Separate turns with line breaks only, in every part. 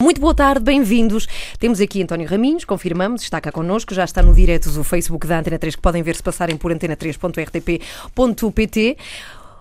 Muito boa tarde, bem-vindos. Temos aqui António Raminhos, confirmamos, está cá connosco, já está no direto do Facebook da Antena 3, que podem ver se passarem por antena3.rtp.pt.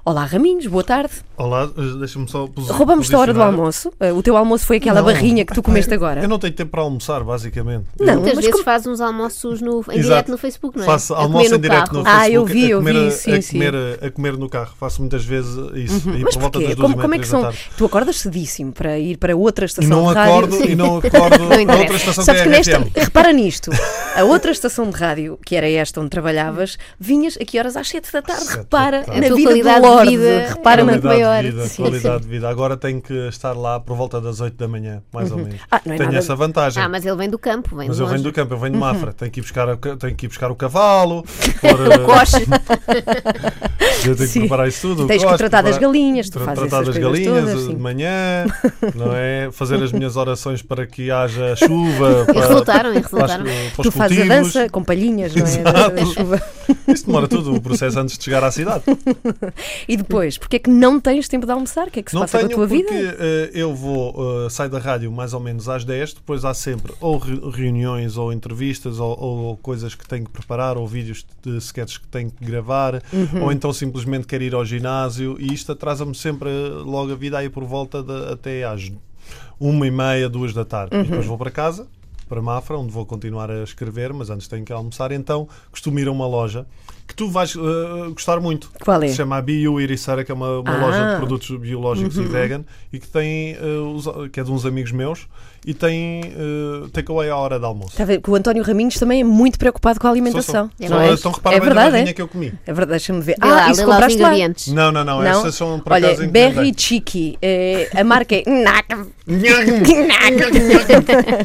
Olá, Raminhos, boa tarde.
Olá, eh, deixa-me só posi-
Roubamos-te a hora do
posicionar.
almoço. Eh, O teu almoço foi aquela
Não.
barrinha que tu comeste
Eu
agora.
não tenho tempo para almoçar, basicamente.
Não, mas
Eu
Muitas vezes
como-
faz uns almoços no, em
Exato.
direto no Facebook, não é?
faço
A
almoço
comer
em direto
carro.
no
Ah, eu
Facebook,
vi, eu
a comer,
vi,
a-
sim,
a,
sim. Uhum.
comer, a, a comer no carro. Faço muitas vezes isso. E
Mas
por volta
porquê?
das duas
Como,
e meia,
como é que
três
são?
da tarde.
Tu acordas cedíssimo para ir para outra
E
estação
não
de rádio.
acordo, e não acordo
Não
na
interessa.
outra estação
Sabes
que
que
é a
nesta,
RFM.
repara nisto, a outra estação de rádio, que era esta onde trabalhavas, vinhas a que horas? Às 7 da tarde.
Às sete da
Repara
tarde.
na
A tua
vida do
qualidade de
Lorde.
vida
Repara na
muito
Qualidade
maior.
de vida,
Sim,
qualidade de vida. Agora tenho que estar lá por volta das 8 da manhã, mais ou menos.
Ah, Uhum. não é
tenho
nada-
essa vantagem.
Ah, mas ele vem do campo, vem
Mas
de
eu venho
longe.
do campo, eu venho de Mafra. Tenho, que ir buscar, a- tenho que ir buscar o cavalo, pôr, eh,
Coche.
Eu tenho
Sim.
que preparar isso tudo. o
Tens que
costo,
tratar das
preparar-
galinhas, tu
tra-
fazes
Tratar
essas
das
coisas
galinhas
todas,
eh, de
sim.
manhã, não é? Fazer as minhas orações para que haja chuva.
E resultaram, e resultaram.
os- para
Tu
os
fazes a
cultivos.
dança com palhinhas, não é? Da, da chuva.
Isso demora tudo o processo antes de chegar à cidade.
E depois, porque é que não tens tempo de almoçar? O que é que se
não
passa
tenho
com a tua
porque
vida?
eh, eu vou, eh, saio da rádio mais ou menos às 10, depois há sempre ou re- reuniões ou entrevistas ou, ou coisas que tenho que preparar ou vídeos de sketches que tenho que gravar
Uhum.
ou então simplesmente quero ir ao ginásio e isto atrasa-me sempre eh, logo a vida aí por volta de- até às uma e meia, duas da tarde. E
Uhum.
depois vou para casa, para Mafra, onde vou continuar a escrever, mas antes tenho que almoçar. Então costumo ir a uma loja que tu vais eh, gostar muito.
Qual é?
Se chama a Bio Irissara, que é uma, uma
Ah.
loja de produtos biológicos
Uhum.
e vegan, e que tem eh, os- que é de uns amigos meus, e tem eh, takeaway à hora de almoço.
Está a ver Tá que o António Raminhos também é muito preocupado com a alimentação.
Só, só,
não é?
Então repara
é
bem na
verdade,
barrinha
é?
que eu comi.
É verdade, deixa-me ver.
Vê lá,
ah, isso
lê lá os
compraste lá.
ingredientes.
Não, não, não,
Não?
estas são por acaso
Olha,
encomendei.
Berry Chiqui, eh, a marca é Naca.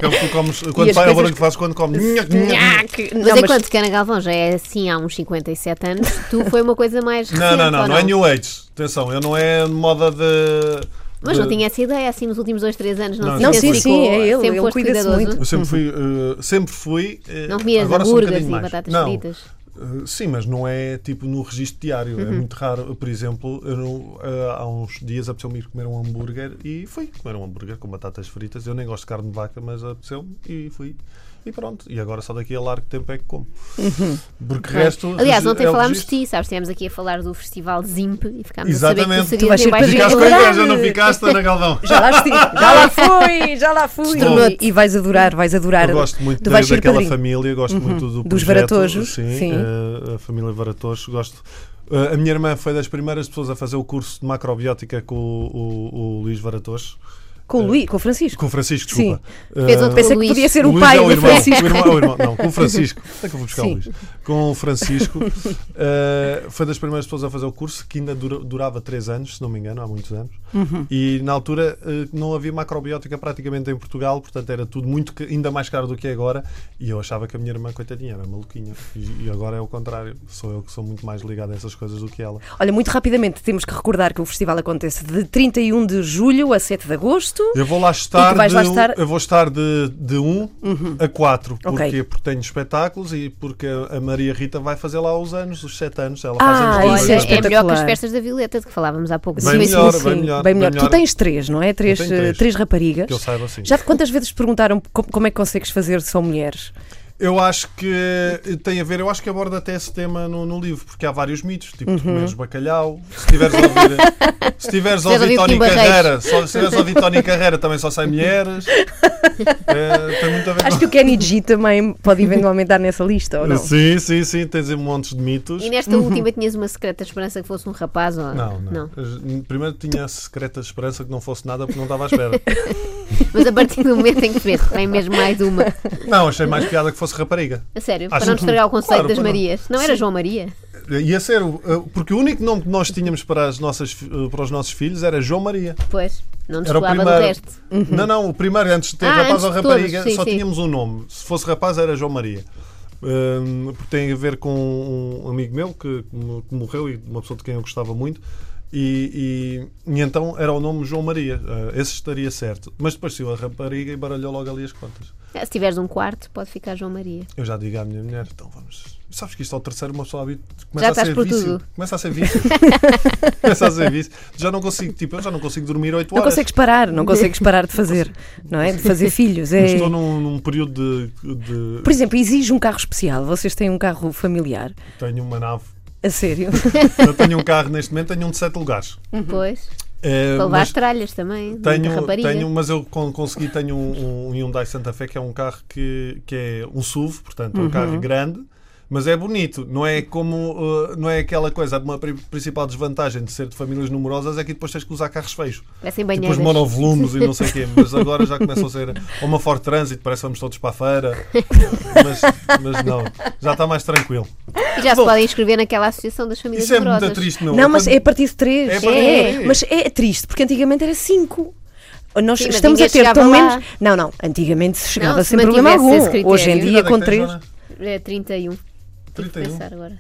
É o que tu comes
E
quando
as
sai a
coisas-
barulho que fazes quando comes.
Mas
Não, mas-
enquanto que Ana Galvão já é assim há uns 57 anos, tu foi uma coisa mais recente,
Não, não,
ou
não, não é New Age. Atenção, eu não é moda de.
Mas
de-
não tinha essa ideia, assim, nos últimos dois, três anos não,
Não,
se
não, sim,
intensificou,
sim, é ele,
sempre
ele
foste
cuida-se
cuidadoso.
muito.
Eu sempre fui. eh, sempre fui eh,
Uhum. Não comias
agora sou um
hambúrgueres
bocadinho
e
mais.
batatas
Não,
fritas. Uhum.
Uh, Sim, mas não é tipo no registro diário. É muito raro. Por exemplo, eu não- uh, há uns dias apeteceu-me ir comer um hambúrguer e fui comer um hambúrguer com batatas fritas. Eu nem gosto de carne de vaca, mas apeteceu-me e fui. E pronto. E agora só daqui a largo tempo é que como. Porque o resto.
Uhum. Aliás,
regi-
ontem
é o
falámos de
registro.
ti, sabes? Estivemos aqui a falar do Festival Zimp e ficámos
Exatamente.
a saber que
Tu
tu
vais
serias
ser padrinho.
Ficaste
embaixador.
com
É
a
verdade.
inveja, não ficaste, Ana Galvão?
Já lá, estive, já lá fui, já lá fui.
Estrenou-te.
E vais adorar, vais adorar.
Eu gosto muito
tu
da,
vais ser
daquela
padrinho. Uhum.
família, gosto muito do
Dos
projeto,
Varatojos,
Sim,
sim.
eh, a família Varatojos, gosto. Eh, a minha irmã foi das primeiras pessoas a fazer o curso de macrobiótica com o, o- o Luís Varatojos.
Com o Luís, com o Francisco.
Com o Francisco, desculpa. Eh,
Fez outro
Pensei que
Luís.
podia ser o
Luís
pai
é o
do
irmão,
Francisco.
O irmão, é o irmão. Não, com o Francisco. Onde é que eu vou buscar
Sim.
o Luís? Com o Francisco. eh, foi das primeiras pessoas a fazer o curso, que ainda dura- durava 3 anos, se não me engano, há muitos anos.
Uhum.
E na altura eh, não havia macrobiótica praticamente em Portugal, portanto era tudo muito, ca- ainda mais caro do que é agora. E eu achava que a minha irmã, coitadinha, era maluquinha. E, e agora é o contrário. Sou eu que sou muito mais ligado a essas coisas do que ela.
Olha, muito rapidamente temos que recordar que o festival acontece de 31 de julho a 7 de agosto.
Eu vou lá estar,
tu vais
de, um-
lá estar- Uhum.
Eu vou estar de, de 1 a 4,
Ok.
porque, porque tenho espetáculos e porque a Maria Rita vai fazer lá os anos, os 7 anos. Ela
Ah,
faz anos
isso
Olha,
é
dois anos.
é melhor que as
espetacular.
festas da Violeta de que falávamos há pouco.
Bem
Sim, sim,
melhor,
sim.
bem melhor,
Bem
bem
melhor. Tu
melhor.
tens três, não é? Três,
Eu tenho
eh,
três.
trás raparigas.
Que eu saiba, sim.
Já quantas vezes te perguntaram co- como é que consegues fazer se são mulheres?
Eu acho que eh, tem a ver, eu acho que aborda até esse tema no, no livro, porque há vários mitos,
Uhum.
tipo tu comeres bacalhau, se tiveres a ouvir, se tiveres a
Se tiveres a
ouvir
ouvir
Tony
Tim Barreiros.
Carreira, só, se tiveres a ouvir Tony Carreira também só sai mulheres. É, tem muito a ver
Acho que o Kenny G também pode eventualmente estar nessa lista, ou
com
não?
Sim, sim, sim, tens aí montes de mitos.
E nesta última tinhas uma secreta esperança que fosse um rapaz ou
Não, não. Primeiro tinha a secreta esperança que não fosse nada porque não estava à espera.
Mas a partir do momento em que vês, vem mesmo mais uma.
não, achei mais piada que fosse rapariga.
A sério,
Acho
para não
que-
estragar o conceito
claro,
das
para não.
Marias. Não era João Maria?
Ia ser, o- eh, porque o único nome que nós tínhamos para, as nossas, fi- eh, para os nossos filhos era João Maria.
Pois, não nos
Era o
colava do
primeiro.
resto.
Não, não, o primeiro, antes de ter
Uhum. Ah,
rapaz
antes
ou
de todos,
rapariga,
sim,
só
sim.
tínhamos um nome. Se fosse rapaz era João Maria. Hum, porque tem a ver com um amigo meu que, que mo- que morreu e de uma pessoa de quem eu gostava muito. E, e- e então era o nome João Maria. eh, esse estaria certo. Mas depois saiu a rapariga e baralhou logo ali as contas.
Se tiveres um quarto, pode ficar João Maria.
Eu já digo à minha mulher, então vamos. Sabes que isto ao terceiro uma pessoa habita,
Já
começa a
estás
ser
por
vício.
tudo.
Começa a ser vício. começa a ser vício. Já não consigo, tipo, eu já não consigo dormir 8
Não
horas.
consegues parar, não consegues parar de fazer, não é? De fazer filhos.
Eu
É...
Estou num, num período de, de-
Por exemplo, exige um carro especial. Vocês têm um carro familiar.
Tenho uma nave.
A sério.
Eu tenho um carro neste momento, tenho um de 7 lugares.
Uhum.
Pois.
Eh,
Para levar
mas
as tralhas também. de muita
tenho,
rapariga.
tenho, mas eu con- consegui, tenho um, um Hyundai Santa Fé, que é um carro que, que é um SUV, portanto, um
Uhum.
carro grande. Mas é bonito, não é como. eh, não é aquela coisa. Uma pri- principal desvantagem de ser de famílias numerosas é que depois tens que usar carros feios.
Parecem
Depois
banheiras.
monovolumes e não sei o quê, mas agora já começam a ser ou uma Ford Transit, parece que vamos todos para a feira, mas, mas não, já está mais tranquilo.
E já se
Bom,
podem inscrever naquela associação das famílias
Isso é
numerosas.
muito triste, não
Não, mas
Quando-
é a partir de três.
É a partir
de
três.
Mas é triste, porque antigamente era cinco. Nós
Sim, mas
estamos a
ninguém
ter tão
chegava lá.
menos. Não, não. Antigamente se chegava
Não, se
sem problema
mantivesse
algum.
esse critério.
Hoje em
Que
dia,
idade é
com
que tens,
três.
Joana?
É 31. Tive que
31.
pensar agora.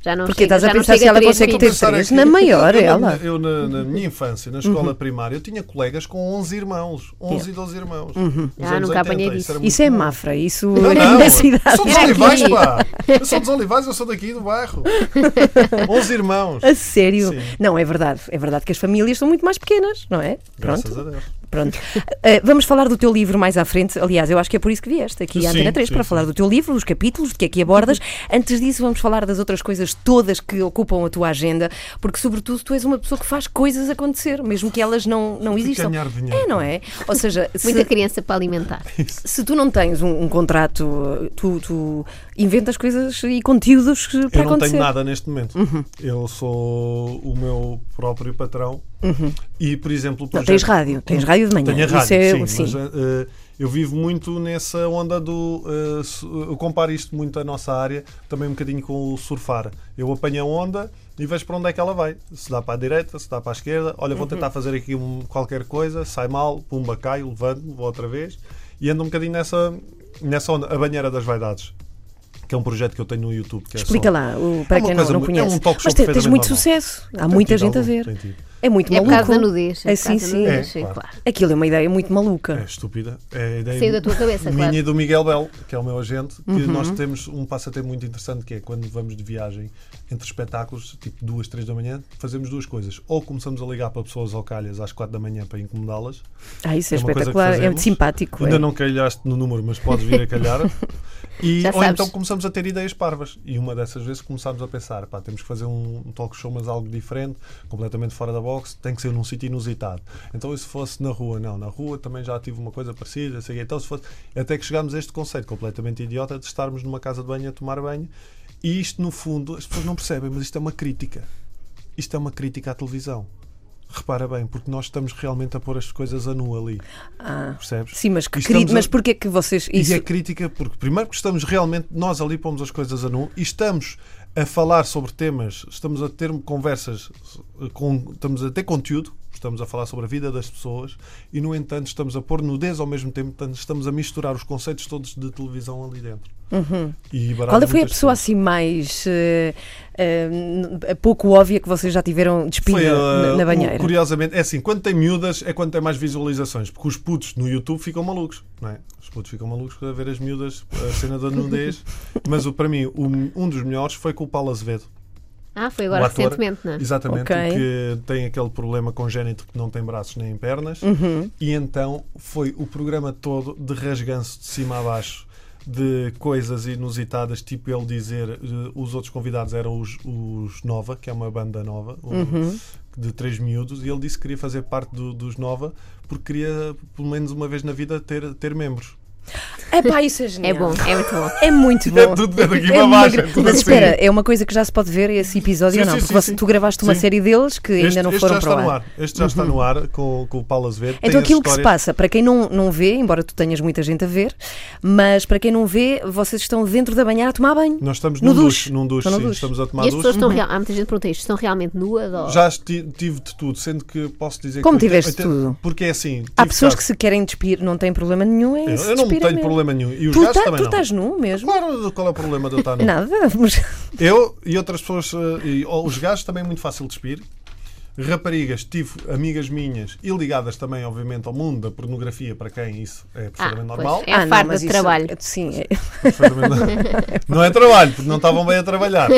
Já não
Uhum. Porque
chega,
estás a
já não
pensar
chega
se ela
três
consegue
filhos.
ter-
Pensar
três,
aqui-
na maior,
eu, na-
ela. Uhum.
Eu, na, na minha infância, na escola primária, eu tinha colegas com 11 irmãos. 11 e 12 irmãos. Nos
Ah,
anos
nunca apanhei
isso. era
Uhum. Isso
muito
é
comum.
Mafra, isso
Não,
é
não.
na
Eu
cidade.
sou dos
Era
Olivais,
aqui.
pá. Eu sou dos Olivais, eu sou daqui do bairro. 11 irmãos.
A sério?
Sim.
Não, é verdade. É verdade que as famílias são muito mais pequenas, não é?
Graças
Pronto.
a Deus.
Pronto. Eh, vamos falar do teu livro mais à frente. Aliás, eu acho que é por isso que vieste aqui à
Sim,
Antena 3
sim,
para
sim.
falar do teu livro, dos capítulos, do que é que abordas. Antes disso, vamos falar das outras coisas todas que ocupam a tua agenda, porque, sobretudo, tu és uma pessoa que faz coisas acontecer, mesmo que elas não, não existam.
ganhar dinheiro.
É, não é? Ou seja,
Muita
se,
criança para alimentar.
se tu não tens um, um contrato, tu, tu inventas coisas e conteúdos que- para
eu não
acontecer. Uhum.
tenho nada neste momento. Eu sou o meu próprio patrão. E, por exemplo, o
Uhum. Não,
projeto...
tens rádio, tens rádio de manhã.
Tenho a
Isso
rádio,
é-
sim, mas eh, eu vivo muito nessa onda do. eh, su- eu comparo isto muito à nossa área, também um bocadinho com o surfar. Eu apanho a onda e vejo para onde é que ela vai. Se dá para a direita, se dá para a esquerda. Olha,
Uhum.
vou tentar fazer aqui um- qualquer coisa, sai mal, pumba, caio, levanto-me, vou outra vez. E ando um bocadinho nessa, nessa onda. A banheira das vaidades, que é um projeto que eu tenho no YouTube. Que é só-
Explica lá, o- para
É uma
quem não,
coisa
não
muito-
conhece.
é um talk show
Mas te- tens
perfeitamente
muito
normal.
sucesso, há
Tem
muita
tido
gente
algum-
a ver.
tem tido.
É muito
É por
maluco.
causa da nudez.
É, sim,
por causa
sim.
da nudez,
É,
sim,
claro.
claro.
Aquilo é uma ideia muito
É
maluca.
estúpida. É a ideia
Saiu da tua cabeça,
minha
claro. Uhum.
e do Miguel Bel, que é o meu agente, que nós temos um passatempo muito interessante, que é quando vamos de viagem entre espetáculos, tipo duas, três da manhã, fazemos duas coisas. Ou começamos a ligar para pessoas ao calhas às quatro da manhã para incomodá-las.
Ah, isso é,
É uma coisa que
espetacular, é muito
fazemos.
simpático.
Ainda
é.
não calhaste no número, mas podes vir a calhar. E,
Já
ou
sabes.
então começamos a ter ideias parvas. E uma dessas vezes começámos a pensar: pá, temos que fazer um um talk show, mas algo diferente, completamente fora da box, tem que ser num sítio inusitado. Então, e se fosse na rua? Não, na rua também já tive uma coisa parecida. Sei, então, se fosse. Até que chegámos a este conceito completamente idiota de estarmos numa casa de banho a tomar banho. E isto, no fundo, as pessoas não percebem, mas isto é uma crítica. Isto é uma crítica à televisão. Repara bem, porque nós estamos realmente a pôr as coisas a nu ali.
Ah,
Percebes?
sim, mas, que
E estamos
querido,
a-
mas porquê é que vocês. Isso,
E é crítica porque, primeiro, porque estamos realmente, nós ali pomos as coisas a nu e estamos a falar sobre temas, estamos a ter conversas, eh, com, estamos a ter conteúdo, estamos a falar sobre a vida das pessoas e, no entanto, estamos a pôr nudez ao mesmo tempo, portanto, estamos a misturar os conceitos todos de televisão ali dentro. E baralha
Qual é que foi a
muitas
pessoa
pessoas.
assim mais eh, eh, n- pouco óbvia que vocês já tiveram despida
Foi,
na-
eh,
na
o-
banheira?
Curiosamente, é assim, quando tem miúdas é quando tem mais visualizações, porque os putos no YouTube ficam malucos, não é? Os putos ficam malucos a ver as miúdas, a cena da nudez. Mas o, para mim, o- um dos melhores foi com o Paulo Azevedo.
Ah, foi
o
agora
Um ator.
recentemente, não é?
Exatamente,
Ok.
que tem aquele problema congénito que não tem braços nem pernas.
Uhum.
E então foi o programa todo de rasganço de cima a baixo. De coisas inusitadas, tipo ele dizer eh, os outros convidados eram os, os Nova, que é uma banda nova, um-
Uhum.
de três miúdos, e ele disse que queria fazer parte do- dos Nova porque queria, pelo menos uma vez na vida, ter, ter membros.
É pá, isso é
É
genial.
bom, é muito bom.
É muito bom.
É tudo daqui para
uma
baixo,
gra-
é tudo
Mas
assim.
espera, é uma coisa que já se pode ver esse episódio
Sim,
ou não?
sim,
Porque
sim,
você-
sim.
tu gravaste uma
Sim.
série deles que ainda não
este
foram
já
para
está
o
no
ar.
ar. Este já está no ar com, com o Paulo Azevedo. Tem
Então
a
aquilo que se
história-
passa, para quem não, não vê, embora tu tenhas muita gente a ver, mas para quem não vê, vocês estão dentro da banheira a tomar banho.
Nós estamos
No
num
duche.
duche, num duche,
Estão no
sim,
duche.
estamos a tomar
E as
duche.
pessoas estão real... Há muita gente que pergunta isto, estão realmente nuas? Ou...
Já esti- tive de tudo, sendo que posso dizer
Como
que. oitenta-
tiveste
oitenta-
tudo?
Porque é assim. tive
Há pessoas que
casos-
se querem despir, não têm problema nenhum em
Eu,
se
eu não
despirem
tenho
mesmo.
problema nenhum. E os
Tu,
gajos
tá-
também
tu
não.
estás nu mesmo?
Claro, qual é o problema de eu estar nu?
Nada, mas
Eu e outras pessoas. eh, E, ou os gajos também é muito fácil de despir. Raparigas, tive amigas minhas e ligadas também, obviamente, ao mundo da pornografia, para quem isso é perfeitamente
Ah,
pois
normal.
É a farda
mas
de
isso-
trabalho.
Sim, é-
Perfeitamente. não é trabalho, porque não estavam bem a trabalhar.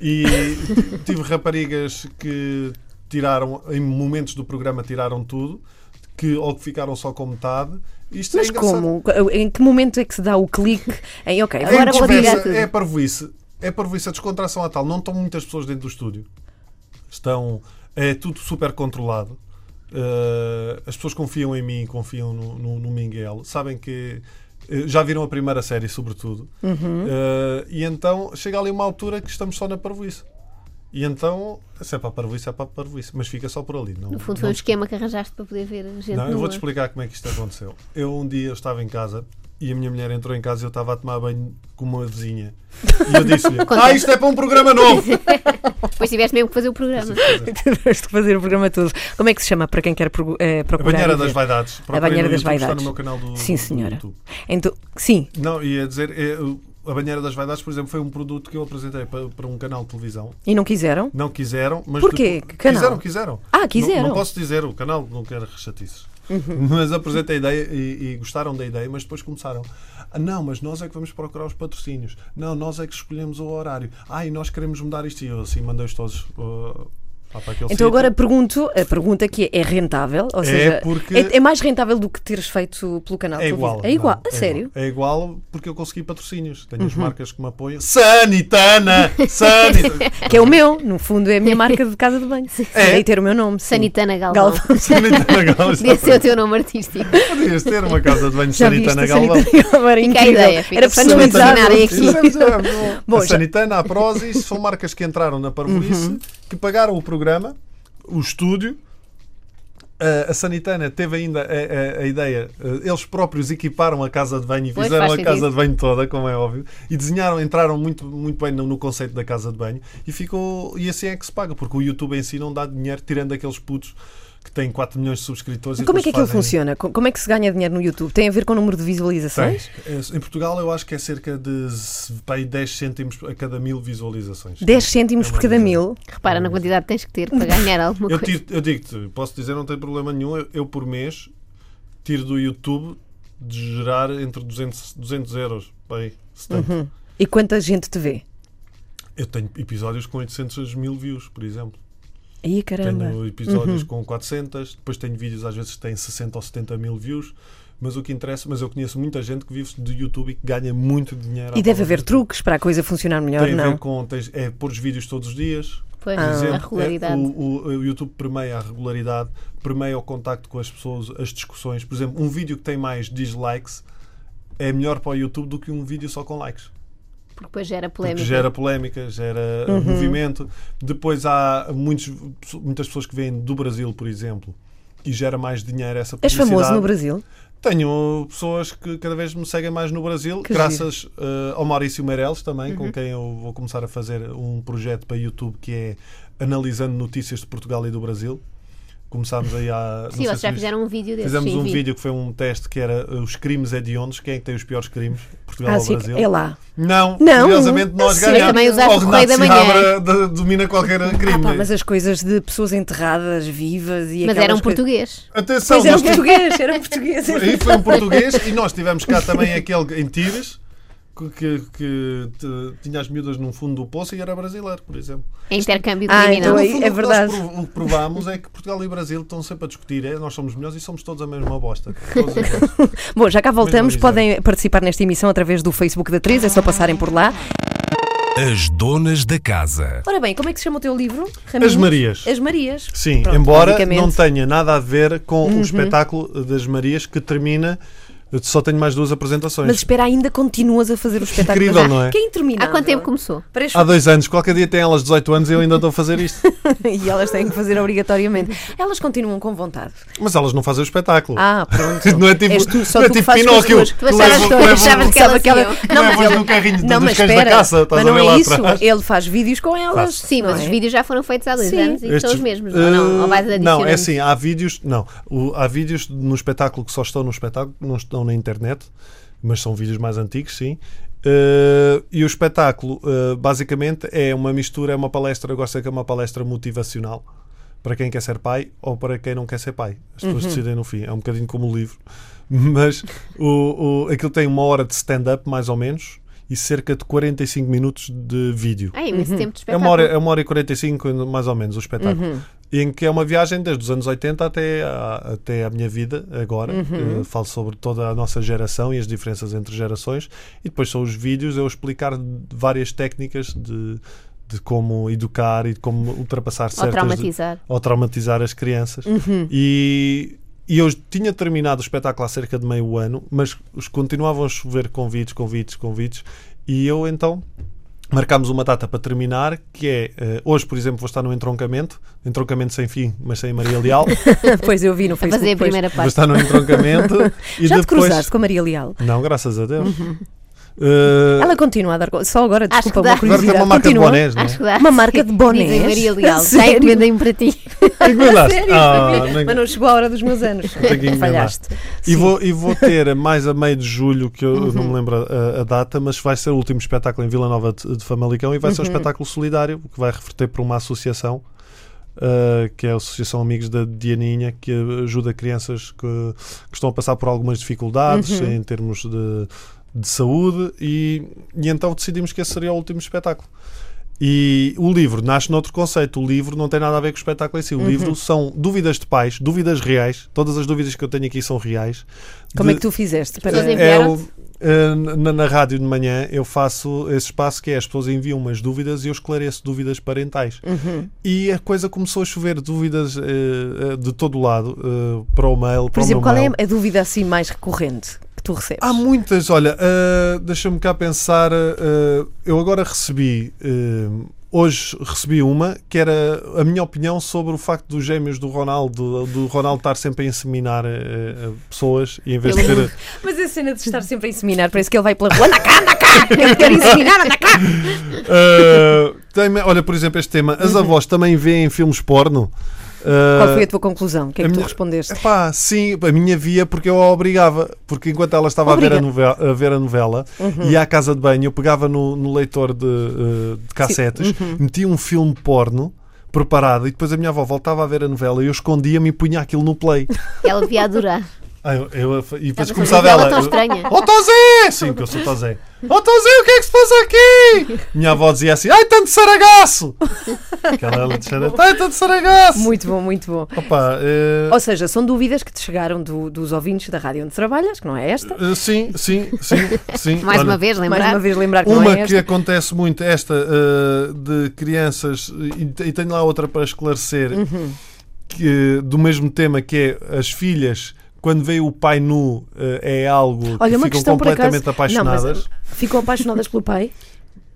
E t- tive raparigas que tiraram, em momentos do programa, tiraram tudo, que, ou que ficaram só com metade. Isto
mas
é engraçado.
como? Em que momento é que se dá o clique em ok,
Em
agora
vou
conversa,
ligar tudo.
É parvoíce. É parvoíce. A descontração a tal. Não estão muitas pessoas dentro do estúdio. Estão... É tudo super controlado. Uh, as pessoas confiam em mim, confiam no, no- no Miguel. Sabem que... eh, Já viram a primeira série, sobretudo.
Uhum.
Uh, e então chega ali uma altura que estamos só na parvoíce. E então, se é para a parvoíce, é para a parvoíce. Mas fica só por ali. Não,
No fundo,
não
foi um esquema que arranjaste para poder ver gente
não, eu
nua.
vou-te explicar como é que isto aconteceu. Eu um dia eu estava em casa e a minha mulher entrou em casa e eu estava a tomar banho com uma vizinha. E eu disse-lhe: Ah, isto é para um programa novo!
Depois tiveste mesmo que fazer o programa.
tiveste que fazer o programa todo. Como é que se chama para quem quer progu- eh,
A
procurar?
banheira
e ver?
das vaidades. Procurem
banheira
no
das
YouTube, Está
vaidades.
no meu canal do,
Sim,
do
senhora.
YouTube.
Então, sim,
Não, ia dizer: é, o- A banheira das vaidades, por exemplo, foi um produto que eu apresentei para, para um canal de televisão.
e não quiseram?
Não quiseram, mas.
Porquê?
depois-
Que canal?
Quiseram, quiseram.
Ah, quiseram. Uhum.
Não, não posso dizer, o canal não quer rechatices. Mas apresentei a ideia e, e gostaram da ideia, mas depois começaram. "Ah, Não, mas nós é que vamos procurar os patrocínios. Não, nós é que escolhemos o horário. Ah, e nós queremos mudar isto. E eu assim mandei-os todos uh, lá para aquele sítio.
Então agora pergunto, a pergunta que é, é rentável? Ou seja,
porque-
é, é mais rentável do que teres feito pelo canal? de
É
televisão?
igual.
É igual,
não,
a sério? Uhum.
igual. É igual porque eu consegui patrocínios. Tenho as marcas que me apoiam. Sanitana! Sanitana!
Que é o meu, no fundo é a minha marca de casa de banho.
É?
Daí ter o meu nome. sim.
Sanitana Galvão.
Galvão.
Sanitana Galvão.
Podia ser o teu nome artístico.
Podias ter uma casa de banho de
Já viste
Sanitana
a
Galvão.
Galvão? Era
Fica a
incrível.
ideia, fica
Era
só no
personalizado.
imaginar aqui.
Isso é- isso é bom.
Bom,
a
já-
Sanitana, a Prozis, são marcas que entraram na Parvoíce,
Uhum.
que pagaram o programa, o estúdio. A- a Sanitana teve ainda a, a- a ideia, eh, eles próprios equiparam a casa de banho e
Pois,
fizeram
faz
a
sentido.
casa de banho toda, como é óbvio, e desenharam, entraram muito, muito bem no, no conceito da casa de banho e ficou. E assim é que se paga, porque o YouTube em si não dá dinheiro, tirando aqueles putos que têm 4 milhões de subscritores. e
Como é
depois
que aquilo
fazem-
funciona? Co- Como é que se ganha dinheiro no YouTube? Tem a ver com o número de visualizações?
Tem. É, Em Portugal eu acho que é cerca de s- pá, aí 10 cêntimos a cada mil visualizações.
10 cêntimos
É
por
uma
cada
coisa.
mil.
Repara na quantidade que tens que ter para ganhar alguma
Eu,
coisa.
tiro- eu digo-te, posso dizer, não tem problema nenhum. Eu, eu por mês tiro do YouTube de gerar entre 200, 200 euros. Bem, se tem.
E quanta gente te vê?
Eu tenho episódios com 800 mil views, por exemplo.
Aí, caramba.
Tenho episódios com 400, depois tenho vídeos às vezes que têm 60 ou 70 mil views. Mas o que interessa, mas eu conheço muita gente que vive do YouTube e que ganha muito dinheiro. à
E deve
palavra.
haver truques para a coisa funcionar melhor,
Tem a
não?
ver com tens- é pôr os vídeos todos os dias,
Pois,
Por exemplo,
Ah, a
é,
regularidade.
o, o- o YouTube permeia a regularidade, permeia o contacto com as pessoas, as discussões. Por exemplo, um vídeo que tem mais dislikes é melhor para o YouTube do que um vídeo só com likes.
Porque depois gera
Porque
polémica.
gera polémica, gera uh, movimento. Depois há muitos, muitas pessoas que vêm do Brasil, por exemplo, e gera mais dinheiro essa
És
publicidade.
famoso no Brasil?
Tenho pessoas que cada vez me seguem mais no Brasil,
Que
graças eh, ao Maurício Meirelles também,
Uhum.
com quem eu vou começar a fazer um projeto para YouTube que é analisando notícias de Portugal e do Brasil. Começámos aí há. não
Sim,
sei
vocês
se
já
viste.
fizeram um vídeo desse.
Fizemos
sim,
um
vi.
vídeo que foi um teste que era eh, os crimes hediondos, quem é que tem os piores crimes, Portugal
ah,
ou
sim,
Brasil.
é lá.
Não,
Não,
curiosamente nós
eu sei.
ganhamos.
Também usaste
Ou
o Correio da
Renato
Manhã.
Seabra de- domina qualquer crime.
Ah, pá, mas as coisas de pessoas enterradas, vivas e
Mas
aquelas
era um
coisas-
português.
Atenção,
é,
Pois era um
nós temos-
português, era um português.
Aí foi um português e nós tivemos cá também aquele em Tires que, que, que te- tinha as miúdas num fundo do poço e era brasileiro, por exemplo.
É intercâmbio de
Ah,
criminal.
então
No
é-
fundo, o que
verdade.
Nós prov- o que provámos é que Portugal e Brasil estão sempre a discutir, é, nós somos melhores e somos todos a mesma bosta. Todos iguais.
Bom, já cá voltamos.
Mesmo avisado.
Podem participar nesta emissão através do Facebook da 3, é só passarem por lá.
As donas da casa.
Ora bem, como é que se chama o teu livro? Raminhos?
As Marias.
As Marias.
Sim,
Pronto,
embora
basicamente. Uhum.
não tenha nada a ver com o espetáculo das Marias que termina. eu Só tenho mais duas apresentações.
Mas espera, ainda continuas a fazer o espetáculo.
Incrível, não é?
Que interminável.
Há quanto tempo começou?
Parece-
Há dois anos, qualquer dia têm elas 18 anos e eu ainda estou a fazer isto.
e elas têm que fazer obrigatoriamente. Elas continuam com vontade.
Mas elas não fazem o espetáculo.
Ah, pronto.
Não é tipo,
És tu, só
não é
tu que
tipo
fazes com as
Pinóquio.
duas. Tu
que
achavas
leva- um-
que-
leva-
achavas que elas
Sabe
iam.
Não, mas
Levas
ele-
no é um carrinho
Não,
do,
mas
dos cães da
espera,
caça, estás
mas
a
não
ver
é
lá
isso.
atrás.
Ele faz vídeos com elas.
Sim,
não
mas
é?
os vídeos já foram feitos há dois
Sim.
anos e são os mesmos, ou não? Ou vais
Eh,
adicionando?
não, é assim, há vídeos, não, o- há vídeos no espetáculo que só estão no espetáculo, não estão na internet, mas são vídeos mais antigos, sim. Eh, e o espetáculo, eh, basicamente, é uma mistura, é uma palestra, eu gosto de dizer que é uma palestra motivacional. para quem quer ser pai ou para quem não quer ser pai. As pessoas
Uhum.
decidem no fim. É um bocadinho como o livro. Mas o, o, aquilo tem uma hora de stand-up, mais ou menos, e cerca de 45 minutos de vídeo.
É imenso tempo
É
de espetáculo.
uma, hora, é uma hora e 45, mais ou menos, o espetáculo. Em que é uma viagem desde os anos 80 até a, até a minha vida, agora. Eh, falo sobre toda a nossa geração e as diferenças entre gerações. E depois são os vídeos, eu explicar várias técnicas de, de como educar e de como ultrapassar
Ou
certas.
traumatizar.
ou traumatizar as crianças.
Uhum.
E, e eu tinha terminado o espetáculo há cerca de meio ano, mas os- continuavam a chover convites, convites, convites. E eu então marcámos uma data para terminar, que é eh, hoje, por exemplo, vou estar no entroncamento, entroncamento sem fim, mas sem Maria Leal.
Pois eu vi no Facebook.
Fazer a
depois.
primeira
vou
parte.
estar no entroncamento e
Já te
depois.
cruzaste com a Maria Leal?
Não, graças a Deus. Eh,
Ela continua a dar. go- Só agora,
Acho
desculpa,
que
uma
dá.
agora
curiosidade.
tem uma
continua.
marca de bonés, não é?
Acho que dá.
Uma marca de bonés.
Dizem Maria Leal. Tá, é Já
Sério?
encomendem para ti.
Encomendaste?
Sério?
É Ah, não
Mas não chegou a hora dos meus anos.
Tenho que enganar.
Falhaste.
E
Sim.
vou, e vou ter mais a meio de julho, que eu não me lembro a, a data, mas vai ser o último espetáculo em Vila Nova de, de Famalicão e vai ser um espetáculo solidário, que vai reverter para uma associação, ah, que é a Associação Amigos da Dianinha, que ajuda crianças que, que estão a passar por algumas dificuldades em termos de, de saúde, e, e então decidimos que esse seria o último espetáculo. E o livro nasce noutro conceito. O livro não tem nada a ver com o espetáculo em
Uhum.
si. O livro são dúvidas de pais, dúvidas reais. Todas as dúvidas que eu tenho aqui são reais.
Como é que
De-
tu fizeste? Para...
Pessoas em-
é
enviaram-te?
o- eh, na, na rádio de manhã eu faço esse espaço que é as pessoas enviam umas dúvidas e eu esclareço dúvidas parentais.
Uhum.
E a coisa começou a chover dúvidas eh, eh, de todo lado eh, para o mail,
Por
para
exemplo,
o meu
qual é
mail.
a dúvida assim mais recorrente que tu recebes?
Há muitas, olha, ah, deixa-me cá pensar. ah, eu agora recebi, ah, hoje recebi uma que era a minha opinião sobre o facto dos gêmeos do Ronaldo, do Ronaldo estar sempre a inseminar ah, ah, pessoas e em vez de
Pelo
ter.
Mas a cena de estar sempre a inseminar, parece que ele vai pela rua, anda cá, anda cá, eu quero inseminar, anda cá.
Ah, tem- olha, por exemplo, este tema: as avós também veem filmes porno? Ah,
Qual foi a tua conclusão? O que é
a
que tu
minha-
respondeste?
Epá, sim, a minha via porque eu a obrigava. Porque enquanto ela estava a ver a,
Obriga.
novela, a ver a novela,
Uhum.
ia à casa de banho, eu pegava no, no leitor de, eh, de cassetes,
uhum.
metia um filme porno preparado e depois a minha avó voltava a ver a novela e eu escondia-me e punha aquilo no play.
Ela devia adorar.
Ah, eu- eu- e depois
Ela
começava
ela
ela.
tão estranha.
Ó Tozé! Sim, que eu sou Tozé. Ó Tozé, o que é que se passa aqui? Minha avó dizia assim: ai, tanto saragaço! Aquela lixeira, ai, tanto saragaço!
Muito bom, muito bom.
Opa, eh,
Ou seja, são dúvidas que te chegaram do- dos ouvintes da rádio onde trabalhas, que não é esta.
Uh, sim, sim, sim, sim.
Mais
Olha,
uma vez, lembrar.
Mais uma vez lembrar que não
Uma
é
que
esta.
acontece muito, esta uh, de crianças, e, te- e tenho lá outra para esclarecer,
Uhum.
que, do mesmo tema que é as filhas, quando vê o pai nu, uh, é algo
Olha,
que
uma
ficam
questão por
completamente
acaso. Não,
apaixonadas
mas, uh, ficam apaixonadas pelo pai?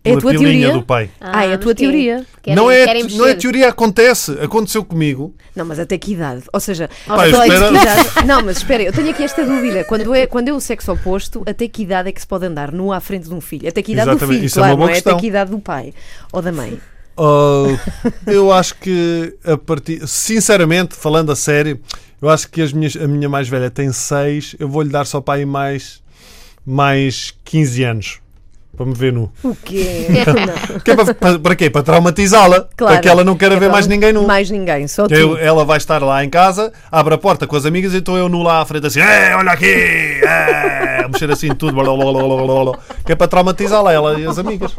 É
pela
a tua
pilinha
teoria?
do pai.
Ah, é a
mas
tua
querem-
teoria.
querem-
não, é,
querem
não é
mexer.
teoria, acontece. Aconteceu comigo.
Não, mas até que idade? Ou seja,
Pá,
aos
Ah, eu
dois,
espero-
que idade- não, mas espera, eu tenho aqui esta dúvida. Quando é, quando é o sexo oposto, até que idade é que se pode andar nu à frente de um filho? Até que idade do
Exatamente,
filho,
isso é
claro,
uma boa
não é?
questão.
Até que idade do pai ou da mãe?
Oh, eu acho que a partir. Sinceramente, falando a sério, eu acho que as minhas, a minha mais velha tem 6. Eu vou-lhe dar só para aí mais, mais 15 anos. Para me ver nu.
O quê?
Que é para, para, para quê? Para traumatizá-la.
Claro.
Para que ela não queira
É
ver
para
mais
onde-
ninguém nu.
Mais ninguém, só tu.
Que eu- ela vai estar lá em casa, abre a porta com as amigas e estou eu nu lá à frente assim, "Eh, olha aqui, eh", a mexer assim tudo, blá, blá, blá, blá, blá, blá, que é para traumatizá-la, ela e as amigas.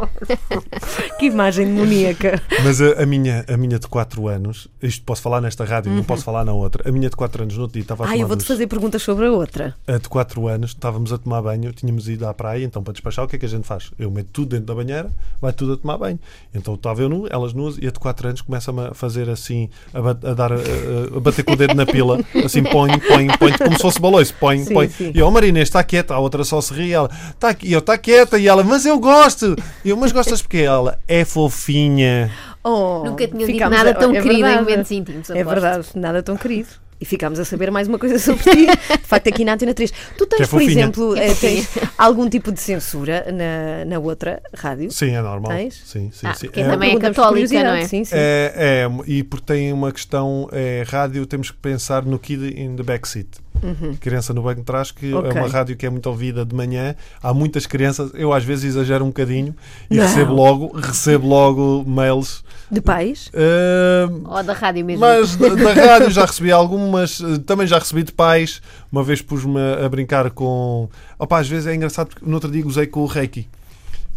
Que imagem demoníaca.
Mas a, a minha, a minha de 4 anos, isto posso falar nesta rádio, não posso falar na outra. A minha de 4 anos, no outro dia estava a
Uhum. Ai,
tomar
eu vou-te
banho.
fazer perguntas sobre a outra.
A de 4 anos, estávamos a tomar banho, tínhamos ido à praia, então para despachar, o que é que a gente faz? Eu meto tudo dentro da banheira, vai tudo a tomar banho. Então estava eu nu, elas nuas, e a de 4 anos começa-me a fazer assim, a, bat- a dar, a, a- a bater com o dedo na pila, assim, põe, põe, põe, como se fosse baloiço, põe,
Sim,
põe.
sim.
E eu, Marinês, está quieta, a outra só se ri, e ela, está aqui, e eu, está quieta, e ela, mas eu gosto. E eu, mas gostas porque ela é fofinha.
Oh,
Nunca tinham dito
ficámos
nada
a-
tão
é
querido em
verdade.
momentos íntimos.
É
aposto.
verdade, nada tão querido. E ficámos a saber mais uma coisa sobre ti. De facto, aqui na Antena 3. Tu
Que
tens,
é
por
fofinha.
exemplo,
É
eh,
fofinha.
tens algum tipo de censura na, na outra rádio?
Sim, é normal.
Tens?
Sim, sim,
Ah,
sim.
porque
É-
também é
Perguntamos
católica,
curiosidade.
não é?
Sim, sim.
É, é, e porque tem uma questão é, rádio, temos que pensar no Kid in the Backseat.
Uhum.
Criança no banco de trás, que
Ok.
é uma rádio que é muito ouvida de manhã. Há muitas crianças, eu às vezes exagero um bocadinho e
Não.
recebo logo, recebo logo mails.
De pais?
Ahm,
Ou da rádio mesmo.
mas da, da rádio já recebi algumas, eh, também já recebi de pais. Uma vez pus-me a brincar com. Opa, às vezes é engraçado porque no outro dia gozei com o Reiki.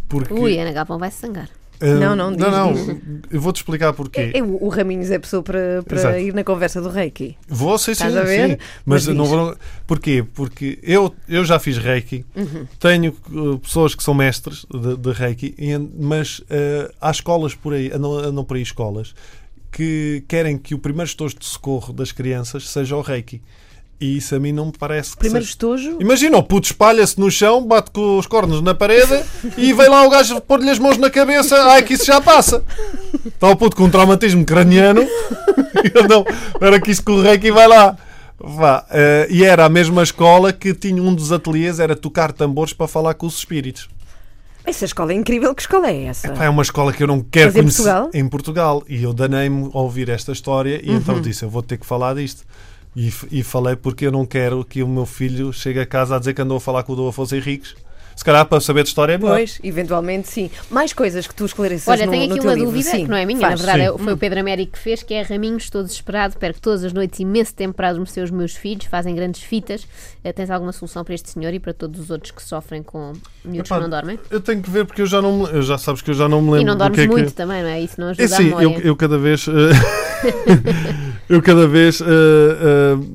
Porque,
Ui, a Ana Galvão vai sangar.
eh,
Não, não, diz,
não,
diz.
eu vou-te explicar porquê.
É, é, o o Raminhos é pessoa para, para
Exato.
ir na conversa do Reiki.
Vou, sim, sim,
Estás a ver?
sim.
Mas
Mas,
diz.
não vou. Porquê? Porque eu, eu já fiz reiki,
Uhum.
tenho uh, pessoas que são mestres de, de reiki, e- mas uh, há escolas por aí, andam, andam por aí escolas, que querem que o primeiro estojo de socorro das crianças seja o reiki. E isso a mim não me parece que
Primeiro
seja-
estojo.
Imagina, o puto espalha-se no chão, bate com os cornos na parede e vem lá o gajo pôr-lhe as mãos na cabeça. Ai, que isso já passa. Está o puto com um traumatismo craniano. Eu não, era que isso correr e vai lá. Vá. eh, e era a mesma escola que tinha um dos ateliês, era tocar tambores para falar com os espíritos.
Essa escola é incrível. Que escola é essa?
Pá, é uma escola que eu não quero
Mas em
conhecer.
Portugal?
Em Portugal. E eu danei-me a ouvir esta história e então disse: eu vou ter que falar disto. E, f- e falei porque eu não quero que o meu filho chegue a casa a dizer que andou a falar com o Dom Afonso Henriques. Se calhar para saber de história é melhor.
Pois, eventualmente sim. Mais coisas que tu esclareces
Olha,
no,
tenho
no
aqui
teu
uma
livro.
dúvida,
sim,
que não é minha,
faz.
na verdade
Sim.
é- foi o Pedro Américo que fez, que é Raminhos, todo desesperado, perco todas as noites imenso tempo para adormecer os meus filhos, fazem grandes fitas. Eh, Tens alguma solução para este senhor e para todos os outros que sofrem com miúdos
Epá,
que não dormem?
Eu tenho que ver porque eu já não me, eu já sabes que eu já não me lembro
E não
do
dormes
que é que-
muito também, não é? Isso não ajuda
É
a
sim,
memória.
eu, eu cada vez. eh, eu cada vez. eh, eh,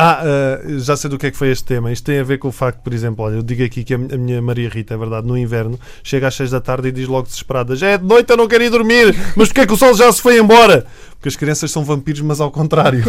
ah, eh, já sei do que é que foi este tema. Isto tem a ver com o facto, por exemplo, olha, eu digo aqui que a mi- a minha Maria Rita, é verdade, no inverno, chega às 6 da tarde e diz logo desesperada: Já é de noite, eu não quero ir dormir, mas porque é que o sol já se foi embora? Porque as crianças são vampiros, mas ao contrário.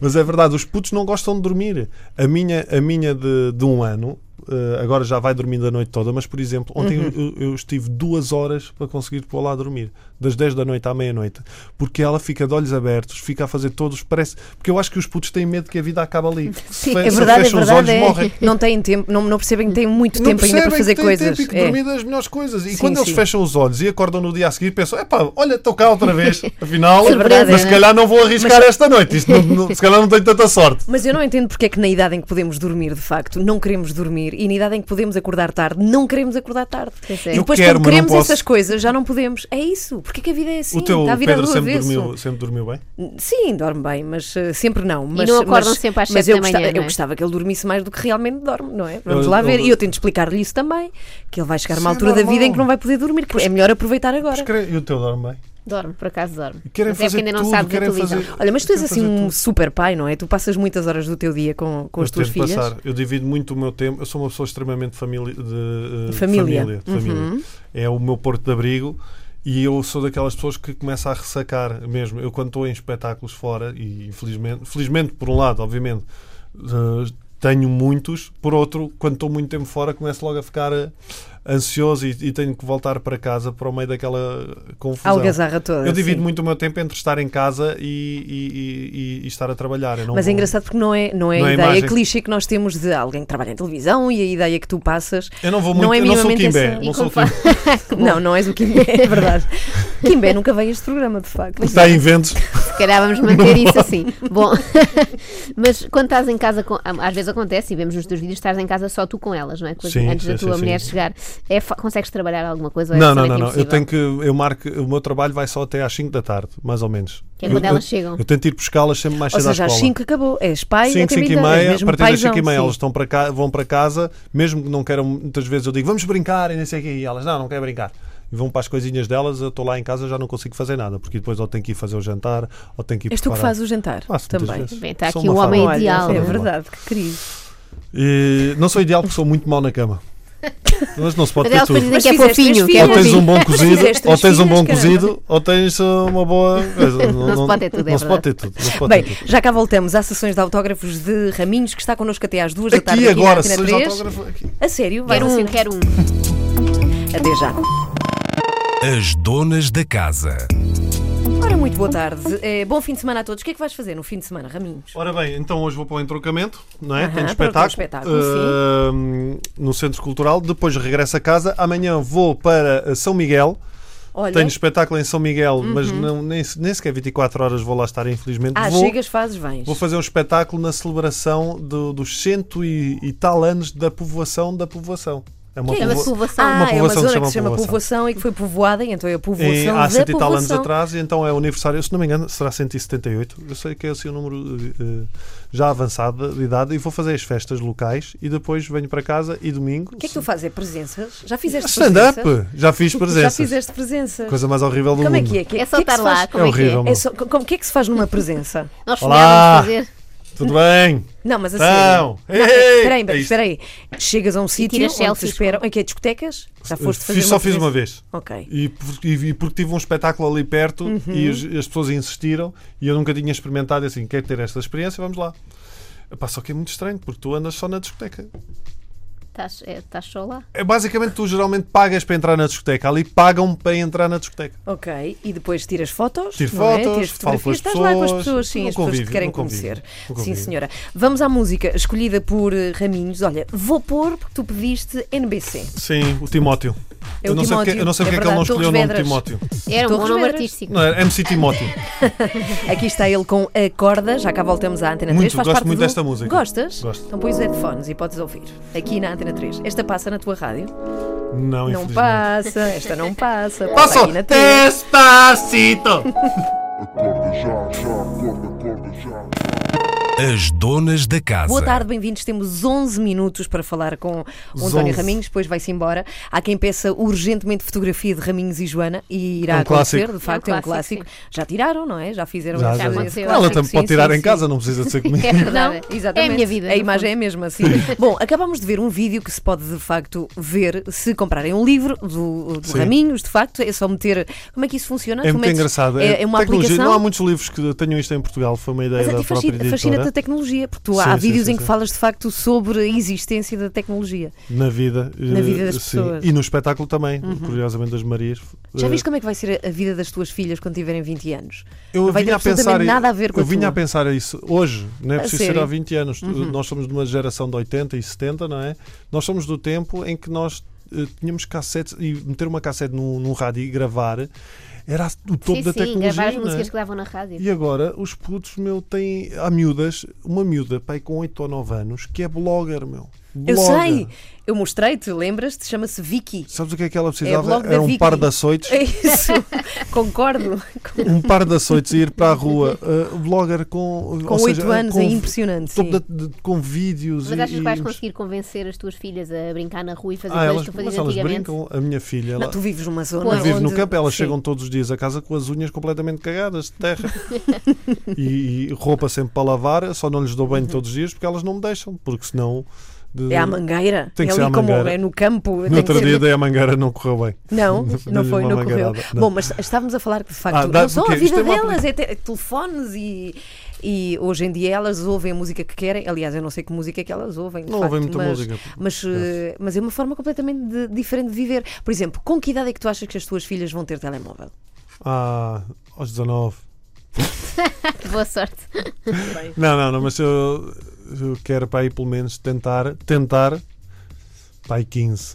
mas é verdade, os putos não gostam de dormir. A minha, a minha de, de um ano. eh, agora já vai dormindo a noite toda, mas por exemplo, ontem
Uhum.
eu, eu estive duas horas para conseguir pôr lá a dormir, das 10 da noite à meia-noite, porque ela fica de olhos abertos, fica a fazer todos, parece. Porque eu acho que os putos têm medo que a vida acabe ali.
Sim,
Se fe-
é
se
verdade, é
fecham os
verdade.
olhos, morrem.
é. Não têm tempo, não, não percebem que têm muito tempo ainda para
percebem
fazer
que têm
coisas.
Tempo e que
É.
dormir é das melhores coisas. E
Sim,
quando
sim.
eles fecham os olhos e acordam no dia a seguir, pensam: epá, olha, estou cá outra vez. Afinal,
É verdade,
mas se
né?
calhar não vou arriscar esta noite. Isto não- não- se calhar não tenho tanta sorte.
Mas eu não entendo porque é que na idade em que podemos dormir, de facto, não queremos dormir e na idade em que podemos acordar tarde, não queremos acordar tarde.
Pois é.
E
Eu
depois,
quero,
quando
mas não
queremos
posso.
essas coisas, já não podemos. É isso. Porque é que a vida é assim?
o teu
Está a virar
Pedro
do
sempre
avesso.
dormiu, sempre dormiu bem.
Sim, dorme bem, mas eh, sempre não. Mas,
não acordam
mas-
sempre às
mas
sete
eu
da manhã,
gostava,
não
Eu
é?
gostava que ele dormisse mais do que realmente dorme, não é? Vamos
Eu-
lá
eu-
ver. E eu tento explicar-lhe isso também, que ele vai chegar a uma
Isso é
altura da vida em
normal.
que não vai poder dormir, que é melhor aproveitar agora.
Mas cre- E o teu dorme bem.
Dorme, por acaso dorme.
Querem
Mas é
fazer
porque ainda não
tudo,
sabes
querem
utilizar.
fazer-
Olha, mas tu és
querem
assim
fazer
um
tudo.
super pai, não é? Tu passas muitas horas do teu dia com, com as
Eu
tuas
tento
filhas.
passar. Eu divido muito o meu tempo. Eu sou uma pessoa extremamente família, de,
Família.
eh,
Uhum.
família, de família. É o meu porto de abrigo e eu sou daquelas pessoas que começa a ressacar mesmo. Eu quando estou em espetáculos fora e infelizmente, felizmente por um lado, obviamente, eh, tenho muitos. Por outro, quando estou muito tempo fora, começo logo a ficar eh, ansioso e, e tenho que voltar para casa para o meio daquela confusão.
Algazarra toda.
Eu divido
sim.
muito o meu tempo entre estar em casa e, e- e- e estar a trabalhar. Eu não
Mas é
vou-
engraçado porque não é, não é
Não
a
é
ideia
imagem.
clichê que nós temos de alguém que trabalha em televisão e a ideia que tu passas.
Eu não vou
Não
muito.
é
eu não sou o
minimamente
Kimbé.
essa-
Não
E
sou o
como
Kimbé.
Não, não és o Kimbé, é verdade. Kimbé nunca veio a este programa, de facto.
Está em ventos.
Se calhar vamos manter isso assim. Bom, mas quando estás em casa, com- ah, às vezes acontece, e vemos nos teus vídeos, estás em casa só tu com elas, não é? Com as-
Sim,
Antes da
sim,
tua
sim,
mulher
sim.
chegar. É, fa- consegues trabalhar alguma coisa? ou é
Não, não,
absolutamente
não, não. Eu
impossível?
tenho que. Eu marco. O meu trabalho vai só até às 5 da tarde, mais ou menos.
Que é quando
Eu-
elas
eu-
chegam.
Eu tento ir buscá-las sempre mais
Ou
cedo à
seja, às
escola.
5 acabou. És pai,
5,
até
5 e
meia,
meia, a
mesmo
partir das 5 e
paizão,
meia
sim.
elas estão para cá, vão para casa, mesmo que não queiram, muitas vezes eu digo vamos brincar e nem sei o quê, e elas não, não querem brincar. E vão para as coisinhas delas, eu estou lá em casa já não consigo fazer nada, porque depois ou tenho que ir fazer o jantar, ou tenho que ir
És É tu que
preparar.
fazes o jantar
Faço muitas
também.
vezes.
Bem, está
Sou
aqui
uma
o homem
fada.
ideal.
Sou
é
uma
verdade, que querido.
E não sou ideal porque sou muito mau na cama. Mas não se pode
Mas
ter
elas
tudo.
depois dizem
Mas
que é
fizeste três
fofinho, que é
Ou tens
fofinho.
um bom cozido,
Fizeste
ou
três
tens um
filhas,
bom
caramba.
cozido, ou tens uma boa. coisa.
Não se pode ter tudo, é
Não se pode ter
verdade.
tudo. não se pode
Bem,
ter tudo.
já cá voltamos às sessões de autógrafos de Raminhos, que está connosco até às 2 da tarde.
Aqui agora,
aqui na
se
Antena
seja
3.
autógrafo. aqui.
A sério, vai
Quero um,
assinar.
quero um.
Até já.
As donas da casa.
Ora, muito boa tarde. Eh, bom fim de semana a todos. O que é que vais fazer no fim de semana, Raminhos?
Ora bem, então hoje vou para o entroncamento, não é?
Aham,
Tenho
para o teu
espetáculo,
espetáculo, sim.
ahm, no Centro Cultural. Depois regresso a casa. Amanhã vou para eh, São Miguel
Olha.
Tenho espetáculo em São Miguel, mas
Uhum.
não, nem, nem sequer 24 horas vou lá estar, infelizmente.
Ah,
vou,
chegas, fazes, vens.
vou fazer um espetáculo na celebração do- dos cento e, e tal anos da povoação da povoação. É uma
Que é uma
povo-
povoação.
Ah,
uma
é uma
povoação
zona
que se
que se chama
chama
povoação e que foi povoada, e então é a
Em,
povoação
há
da
cento e tal anos
povoação.
atrás, e então é o aniversário, se não me engano, será 178. Eu sei que é assim um número eh, eh, já avançado de idade, e vou fazer as festas locais e depois venho para casa e domingo. Ah,
O que é que tu fazes? É presenças? Já fizeste
Stand-up!
presenças?
Já fiz
Já
presenças.
fizeste presenças?
Coisa mais horrível do
Como é
mundo.
que é? Que-
É
que
só
que
estar
se
lá,
faz?
como é que
horrível.
é?
É só- co- como- O que é que se faz numa presença?
Nós
Olá!
sonhávamos fazer
Tudo bem?
Não, mas a
Então,
sério. Não,
ei,
Espera aí,
é isto.
espera aí. Chegas a um sítio
tiras
onde te
selfies
esperam. É que é discotecas? Já foste fazer
Fiz, só fiz
presença?
uma vez.
Ok. Uhum.
E, por- e- e porque tive um espetáculo ali perto e as, as pessoas insistiram e eu nunca tinha experimentado e assim, quero ter esta experiência, vamos lá. Epá, só que é muito estranho, porque tu andas só na discoteca.
Estás, é, estás só lá.
É, basicamente, tu geralmente pagas para entrar na discoteca. Ali pagam para entrar na discoteca.
Ok, e depois tiras fotos,
Tiro
não é?
fotos,
tiras
falo com
fotografias,
as
estás lá com as
pessoas,
pessoas, sim,
no
as pessoas que te
convívio,
querem
no convívio,
conhecer.
no
Sim,
convívio.
senhora. Vamos à música escolhida por eh, Raminhos. Olha, vou pôr porque tu pediste NBC.
Sim, o Timóteo.
É
eu,
o
não sei porque,
Timóteo,
eu não sei
é
porque é que ele
verdade,
não escolheu o
Torres
nome de
Vedras.
Timóteo.
Era um bom
Torres
nome
Vedras.
artístico.
Não, era MC Timóteo.
Aqui está ele com a corda, já cá voltamos à Antena 3.
Muito,
Faz
gosto
parte
muito
do-
desta música.
Gostas?
Gosto.
Então põe os headphones e podes ouvir. Aqui na Antena 3. Esta passa na tua rádio?
Não,
Não
infelizmente.
passa, esta não passa.
Passa!
aqui na tua.
Despacito!
Acorda já, já, acorda, acorda já.
As donas da casa.
Boa tarde, bem-vindos. Temos 11 minutos para falar com o
Os
António
11.
Raminhos, depois vai-se embora. Há quem peça urgentemente fotografia de Raminhos e Joana e irá
É um
acontecer,
clássico.
de facto, é
É
um
um
clássico.
clássico,
Já tiraram, não é? Já fizeram
Já,
esse-
já,
Aconteceu,
esse
já.
aconteceu.
Ela
clássico.
também pode
Sim,
tirar
sim,
em
sim.
casa, não precisa de ser comigo.
É verdade.
Não, exatamente.
É a minha vida.
A
no
imagem é a mesma, assim. Bom, acabamos de ver um vídeo que se pode de facto ver se comprarem um livro do, do
Sim.
Raminhos, de facto. É só meter. Como é que isso funciona?
É
Tu
muito
metes-
engraçado.
É, é uma
tecnologia.
aplicação.
Não há muitos livros que tenham isto em Portugal. Foi uma ideia
Mas a
da
ti
própria
fascina- fascina-te a
editora.
tecnologia, porque tu há
Sim, sim,
vídeos
sim,
em que
sim.
falas de facto sobre a existência da tecnologia.
Na vida.
Na
eh,
vida das
sim.
pessoas. Uhum.
E no espetáculo também. Curiosamente, das Marias.
Já
eh,
viste como é que vai ser a a vida das tuas filhas quando tiverem 20 anos?
Eu
Não vai
vinha
ter
a pensar
absolutamente nada a ver com
Eu
a
vinha
tua.
a pensar isso hoje, não é
A
preciso ser
sério? Uhum.
há 20 anos. Nós somos de uma geração de 80 e 70, não é? Nós somos do tempo em que nós eh, tínhamos cassetes e meter uma cassete num, num rádio e gravar era o topo
sim,
da
sim,
tecnologia.
gravar as
não é?
músicas que davam na rádio.
E agora os putos, meu, têm. Há miúdas, uma miúda, pai, com 8 ou 9 anos, que é blogger, meu.
Eu
Blogger.
sei, eu mostrei-te, lembras-te? Chama-se Vicky.
Sabes o que é que ela
É blog
precisava?
da
Era um
Vicky.
par de açoites.
É isso, concordo.
Um par de açoites e ir para a rua. Eh, blogger com.
Com
ou seja,
8 anos,
com-
é impressionante.
topo
sim.
da- de- com vídeos
Mas
e.
achas que vais
e-
conseguir convencer as tuas filhas a brincar na rua e fazer
Ah,
coisas
elas,
que tu
mas
fazias
elas
antigamente?
brincam. A minha filha,
Não,
ela,
tu vives numa zona.
Pois.
onde...
vive no campo, elas
Sim.
chegam todos os dias a casa com as unhas completamente cagadas de terra e, e roupa sempre para lavar. Só não lhes dou banho todos os dias porque elas não me deixam, porque senão. de-
Uhum. É à mangueira.
Tem que
é
ser
ali
à
como
Mangueira.
é no campo. tem
No
que
outro
ser-
dia dei a mangueira não correu bem.
Não, não
Dei-lhe
foi,
uma
não correu.
mangueirada. Não.
Bom, mas estávamos a falar que de facto
Ah, dá-
não só a
porque isto
vida
é uma
delas, é, te- telefones e, e hoje em dia elas ouvem a música que querem. Aliás, eu não sei que música é que elas ouvem. de
Não
facto,
ouvem muita
mas,
música.
Mas, eh, mas é uma forma completamente de- diferente de viver. Por exemplo, com que idade é que tu achas que as tuas filhas vão ter telemóvel?
Ah, aos 19.
Boa sorte.
Não, não, não, mas eu, eu quero para aí pelo menos tentar, tentar para aí 15.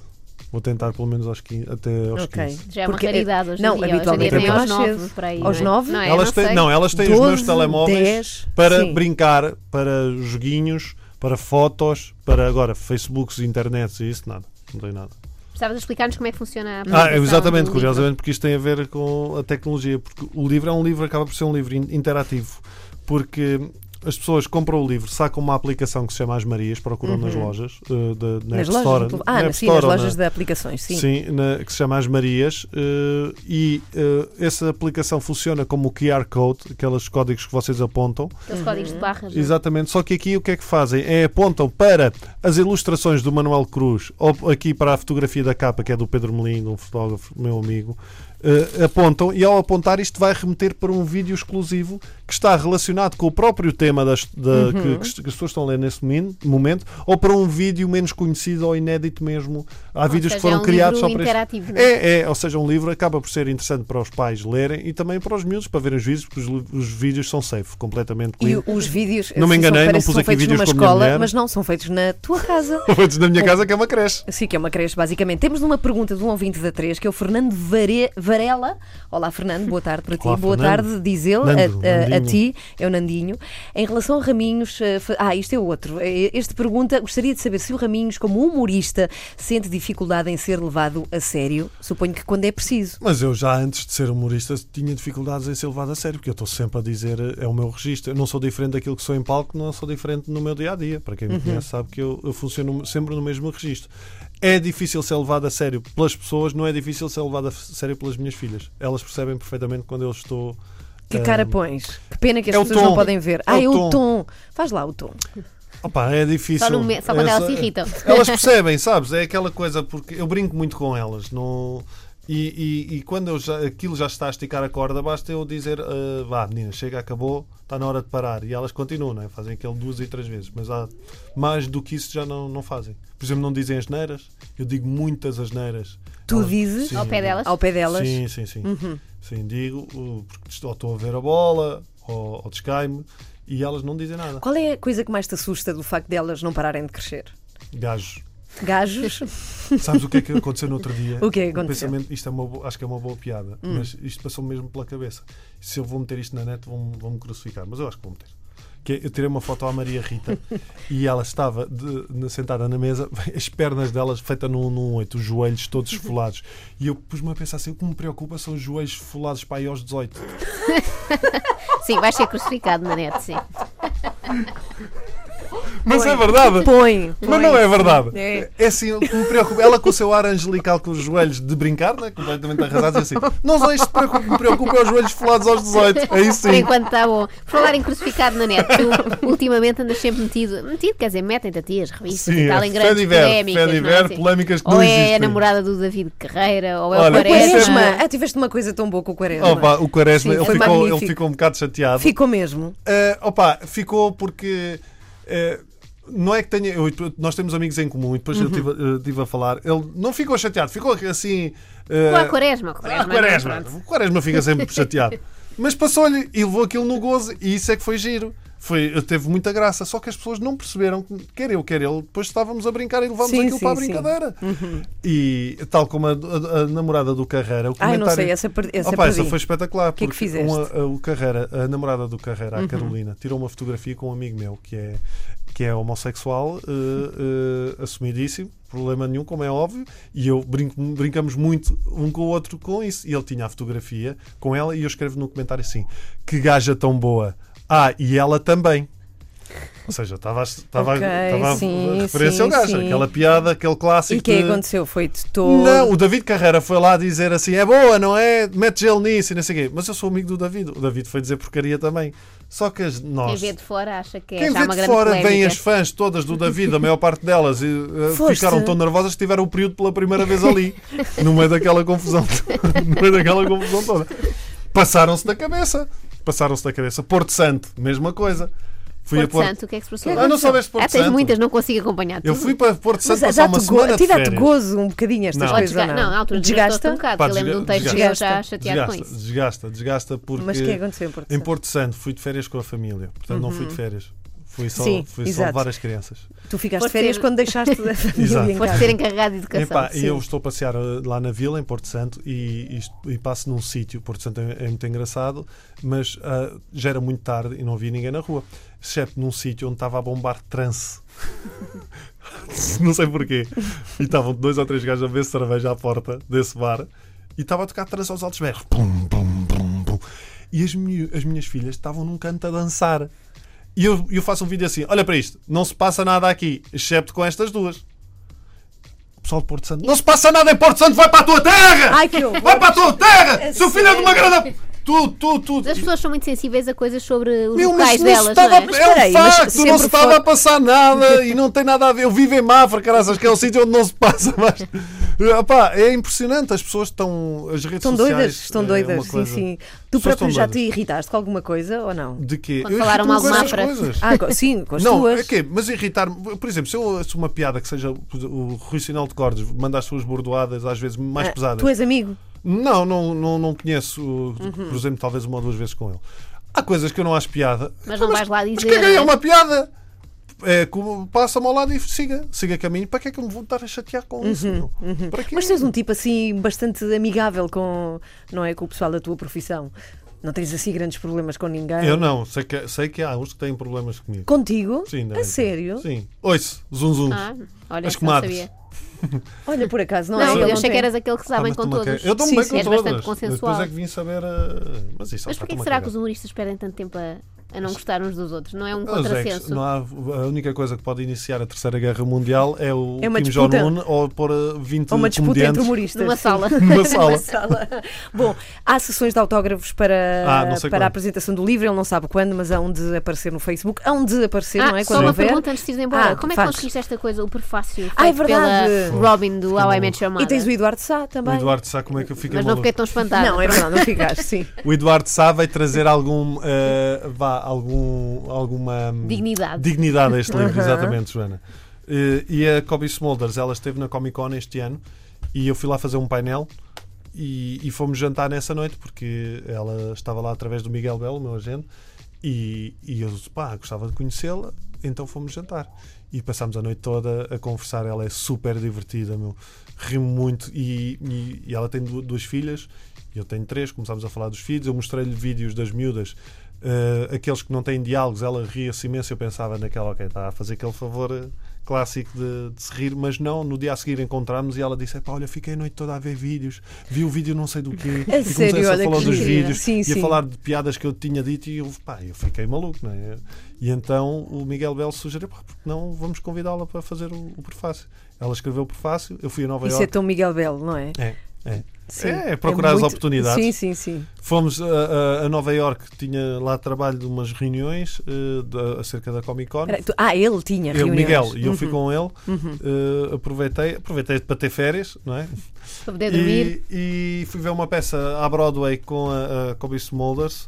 Vou tentar pelo menos aos 15, até aos
Ok.
15.
Já é uma
Porque, eh,
raridade hoje em
não,
dia.
habitualmente
hoje em dia
é
tem aos
mais cedo.
nove, por aí,
Aos
não é?
nove?
Não, é?
elas,
não
têm,
sei.
não, elas têm os meus
12,
telemóveis
10,
para
sim.
brincar, para joguinhos, para fotos, para agora Facebooks, internets e isso, nada. Não tem nada.
Precisavas explicar-nos como é que funciona a
Ah,
aplicação
exatamente,
do livro.
curiosamente, porque isto tem a ver com a tecnologia, porque o livro é um livro, acaba por ser um livro in- interativo, porque as pessoas compram o livro, sacam uma aplicação que se chama As Marias, procuram nas lojas, eh, da, na
Uhum. nas
App
lojas?
Store,
do tele-
na
ah,
App
sim,
Store
nas
ou na-
lojas de aplicações, sim.
na- que se chama As Marias. eh, e eh, essa aplicação funciona como o QR Code, aqueles códigos que vocês apontam.
Aqueles códigos de barras. não é?
Exatamente. Só que aqui o que é que fazem? É apontam para as ilustrações do Manuel Cruz, ou aqui para a fotografia da capa, que é do Pedro Melino, um fotógrafo meu amigo. eh, apontam e ao apontar isto vai remeter para um vídeo exclusivo que está relacionado com o próprio tema das, da,
Uhum.
que, que as pessoas estão a ler nesse min- momento ou para um vídeo menos conhecido ou inédito mesmo. Há
Ou
vídeos
seja,
que foram
é um
criados
livro
só para isto.
interativo. não é?
É, é, ou seja, um livro acaba por ser interessante para os pais lerem e também para os miúdos para verem os vídeos, porque os, li- os vídeos são safe, completamente
E
clean.
o- os vídeos
Não me
assim, são-
enganei, não
parece que
pus
são
aqui
feitos
vídeos
numa
com a minha
escola,
mulher.
mas não, são feitos na tua casa.
Antes da minha casa que é uma creche.
Sim, que é uma creche, basicamente. Temos uma pergunta de um ouvinte da 3, que é o Fernando Vare... Varela, Varela. Olá, Fernando, boa tarde para ti.
Olá,
boa
Fernando.
tarde, diz ele,
Nando,
a, a- a
Nandinho.
ti, é o Nandinho. Em relação a Raminhos, eh, fa- ah, isto é outro. Eh, Este pergunta, gostaria de saber se o Raminhos, como humorista, sente dificuldade em ser levado a sério. Suponho que quando é preciso.
Mas eu já antes de ser humorista tinha dificuldades em ser levado a sério, porque eu estou sempre a dizer, é o meu registro. Eu não sou diferente daquilo que sou em palco, não sou diferente no meu dia a dia. Para quem me conhece, sabe que eu, eu funciono sempre no mesmo registro. É difícil ser levado a sério pelas pessoas, não é difícil ser levado a f- sério pelas minhas filhas. Elas percebem perfeitamente quando eu estou.
Que
eh,
cara pões? Que pena que as
é o
pessoas não
tom.
podem ver.
É
ah,
o
é o
tom.
tom. Faz lá o tom.
Opa, é difícil.
Só no me- só quando
É
elas se irritam.
Elas percebem, sabes? É aquela coisa, porque eu brinco muito com elas. Não... E, e- e quando eu já- aquilo já está a esticar a corda, basta eu dizer: ah, vá, menina, chega, acabou, está na hora de parar. E elas continuam, né? fazem aquilo duas e três vezes. Mas há mais do que isso já não, não fazem. Por exemplo, não dizem asneiras. Eu digo muitas asneiras.
Tu dizes?
Sim.
Ao pé delas?
Ao pé delas. Uhum.
Sim, sim, sim. Sim, digo, uh, porque estou- ou estou a ver a bola, ou, ou descaio-me, e elas não dizem nada.
Qual é a coisa que mais te assusta do facto delas não pararem de crescer?
Gajos.
Gajos?
Sabes o que é que aconteceu no outro dia?
O que é que
Um
aconteceu? Hum.
pensamento- isto é uma boa- acho que é uma boa piada, mas isto passou mesmo pela cabeça. Se eu vou meter isto na net, vão-me vão-me crucificar, mas eu acho que vou meter. Que é, eu tirei uma foto à Maria Rita e ela estava de- na- sentada na mesa, as pernas delas feitas num, num oito, os joelhos todos esfolados. E eu pus-me a pensar assim: o que me preocupa são os joelhos esfolados para aí aos 18.
é? Sim, vais ser crucificado na net, sim.
Mas é verdverdade!
Põe.
Mas não é verdade.
É.
É, assim, o que me preocupa. Ela com o seu ar angelical com os joelhos de brincar, né? completamente arrasados, assim. Não só isto que preocupa- me preocupa, é os joelhos folados aos 18. Aí
Por
sim.
enquanto está bom. Por falar em crucificado na net, tu ultimamente andas sempre metido. Metido, quer dizer, metem-te a ti as revistas
Sim,
e tal,
é.
em grandes
Fé de ver,
polémicas.
fé de
não é?
ver,
Sim.
polémicas que
Ou
não
é a
existem.
namorada do David Carreira, ou é o
Olha,
Quaresma.
Quaresma. Ah, tiveste uma coisa tão boa com o Quaresma.
Opa, o Quaresma,
Sim,
ele
foi
ficou, ele
magnífico.
ficou um bocado chateado.
Ficou mesmo.
Eh, opa, ficou porque. eh, não é que tenha. eu- nós temos amigos em comum e depois
Uhum.
eu estive a falar. Ele não ficou chateado, ficou assim. eh,
Ou a Quaresma. o
Ah,
Quaresma,
é?
Quaresma.
não, é? pronto.
O Quaresma fica sempre chateado. Mas passou-lhe e levou aquilo no gozo, e isso é que foi giro. Foi, teve muita graça, só que as pessoas não perceberam, que, quer eu, quer ele, depois estávamos a brincar e levámos
Sim,
aquilo
sim, Uhum.
para a
sim.
brincadeira. E tal como a, a- a namorada do Carreira, o
Ai,
comentário.
não sei, essa per- essa
Opa, essa
perdi.
foi espetacular.
Que é que
porque
fizeste? Uhum.
uma- a- o Carreira, a namorada do Carreira, a Carolina, tirou uma fotografia com um amigo meu que é, que é homossexual, eh, eh, assumidíssimo, problema nenhum, como é óbvio, e eu brinco, brincamos muito um com o outro com isso. E ele tinha a fotografia com ela, e eu escrevo no comentário assim: que gaja tão boa! Ah, e ela também. Ou seja, estava a- estava a-
Ok,
estava a
sim, sim,
referência ao gajo,
sim.
aquela piada, aquele clássico.
E o que é que
de-
aconteceu? Foi de todo.
não, o David Carreira foi lá dizer assim: é boa, não é? Mete gelo nisso e não sei o quê. Mas eu sou amigo do David. O David foi dizer porcaria também. Só que as,
Quem
nós.
vê de fora acha que é
Quem
já
vê
uma
de
grande
fora
polémica.
vêm as fãs todas do David, a maior parte delas, e eh,
Foste.
ficaram tão nervosas que tiveram o período pela primeira vez ali, no meio daquela confusão, no meio daquela confusão toda. Passaram-se da cabeça, passaram-se da cabeça. Porto Santo, mesma coisa. Fui
Porto
a Porto
Santo, o que é que se passou?
Ah, não soubeste Porto
Ah, tens
Santo?
muitas, não consigo acompanhar
Eu
tudo.
fui para Porto Santo
Mas
passar uma
dá-te
semana
go...
de
tira-te
férias.
gozo um bocadinho estas
Não.
Ou
coisas.
desga...
ou
Não, na altura desgastou-te
Desgasta?
um bocado,
Pá,
que eu lembro de um texto
desgasta.
que eu já
Desgasta.
chateado com
Desgasta,
isso.
desgasta, desgasta porque
Mas o que é que aconteceu em Porto
Em
Santo? Uhum.
Porto Santo fui de férias com a família, portanto não fui de férias. Fui só,
Sim,
fui só
exato.
levar as crianças.
Tu ficaste de
Foste
férias
ter-
quando deixaste a família em
Foste
casa.
ser encarregado de educação.
Epá, e
sim.
eu estou a passear eh, lá na vila, em Porto Santo, e, e- e passo num sítio. Porto Santo é, é muito engraçado, mas ah, já era muito tarde e não havia ninguém na rua, exceto num sítio onde estava a bombar trance. não sei porquê. E estavam dois ou três gajos a ver cerveja à porta desse bar e estava a tocar trance aos altos berros. Pum, pum, pum, pum. E as, mi- as minhas filhas estavam num canto a dançar. E eu, eu faço um vídeo assim: olha para isto, não se passa nada aqui, excepto com estas duas. O pessoal de Porto Santo. Não se passa nada em Porto Santo, vai para a tua terra!
Ai, que horror.
Vai para a tua terra! Seu filho é de uma grande. Tu, tu, tu.
As pessoas são muito sensíveis a coisas sobre os
Meu,
locais
não se
delas,
estava,
não é?
Mas
é um
peraí, mas
facto, não
sempre
se estava
foi-
a passar nada e não tem nada a ver. Eu vivo em Mafra, caraças, que é um sítio onde não se passa mais. Epá, é impressionante, as pessoas estão. As redes
Estão
sociais.
doidas, estão
é uma
doidas, sim,
coisa.
sim. Tu
As pessoas
próprio
estão
já te
doidas.
irritaste com alguma coisa ou não?
De quê?
Quando
Eu
falaram mal de
irrito-me com essas
Mafra.
coisas.
Ah, co- sim, com as
Não,
tuas.
é quê? Mas irritar-me. Por exemplo, se eu se uma piada que seja o Rui Sinal de Cordes manda as suas bordoadas às vezes mais
Ah,
pesadas.
Tu és amigo?
Não, não, não, não conheço, por exemplo, talvez uma ou duas vezes com ele. Há coisas que eu não acho piada.
Mas não vais lá
Mas
dizer.
caguei é
não é?
uma piada! é como passa-me ao lado e siga, siga caminho. Para que é que eu me vou estar a chatear com isso? meu? Para quê?
Mas tens um tipo assim bastante amigável com, não é, com o pessoal da tua profissão. Não tens assim grandes problemas com ninguém.
Eu não, sei que, sei que há uns que têm problemas comigo.
Contigo?
Sim, ainda
a
bem.
sério?
Sim. Ouço, zum zum.
Ah, olha,
As
essa não
comadres.
sabia.
Olha, por acaso, não, é?
Não,
Ele
eu achei
tem.
que eras aquele que se dá
Ah,
Tá bem
mas
com
tu me
todas.
quer- Eu dou
Sim,
bem
sim.
com
És
todas.
bastante
Depois
consensual.
é que vim saber. ah, Mas isso
Mas porquê que será que os humoristas perdem tanto tempo a, a não gostar uns dos outros? Não é um
Os ex,
contrassenso.
não há, a única coisa que pode iniciar a Terceira Guerra Mundial é o
É uma
Kim
disputa.
Jong-un ou pôr ah, 20
Há uma disputa entre
comediantes
humoristas.
Numa
sim.
sala.
numa sala.
Sala. Bom, há sessões de autógrafos para,
Ah, não sei
para
quando.
a apresentação do livro, ele não sabe quando, mas há onde aparecer no Facebook, há onde aparecer, não
Ah,
é?
só
Quando
uma
houver.
pergunta antes de ir embora.
Ah,
Como é que
faz.
conseguiste esta coisa, o prefácio
Ah, é
feito
verdade.
pela Robin do How I Met Your
E
Mother?
tens o Eduardo Sá
O
também.
Eduardo Sá, como é que eu fiquei
Mas não
maluco?
fiquei tão espantada.
Não, é verdade, não ficaste, sim.
O Eduardo Sá vai trazer algum, eh, vá, algum, alguma hum,
Dignidade.
dignidade a este livro,
Uhum.
exatamente, Joana. Eh, e a Kobe Smulders, ela esteve na Comic Con este ano e eu fui lá fazer um painel e, e fomos jantar nessa noite porque ela estava lá através do Miguel Belo, meu agente, e, e eu disse, pá, gostava de conhecê-la, então fomos jantar. E passámos a noite toda a conversar, ela é super divertida, meu. Rimo muito e, e- e ela tem du- duas filhas, eu tenho três, começámos a falar dos filhos, eu mostrei-lhe vídeos das miúdas, eh, aqueles que não têm diálogos, ela ria-se imenso, eu pensava naquela, ok, está a fazer aquele favor eh, clássico de, de se rir, mas não, no dia a seguir encontramos e ela disse, "Epá, olha, fiquei a noite toda a ver vídeos, vi o vídeo não sei do quê,
A
e comecei
sério,
só a
olha que
falar dos
gira.
vídeos
Sim,
e a
sim.
falar de piadas que eu tinha dito e eu, pá, eu fiquei maluco, não é? E então o Miguel Belo sugeriu, pá, porque não vamos convidá-la para fazer o, o prefácio. Ela escreveu o prefácio, eu fui a Nova
Isso é
Iorque.
tão Miguel Belo, não é?
É, é.
Sim.
É, procurar as
muito-
oportunidades.
Sim, sim, sim.
Fomos a, a- a Nova Iorque, tinha lá trabalho de umas reuniões eh, da- acerca da Comic Con.
Era- tu- Ah, ele tinha
Eu,
reuniões.
Miguel, e eu fui
Uhum.
com ele, eh, aproveitei, aproveitei para ter férias, não é?
Para poder dormir.
E, e fui ver uma peça à Broadway com a, a Kobe Smulders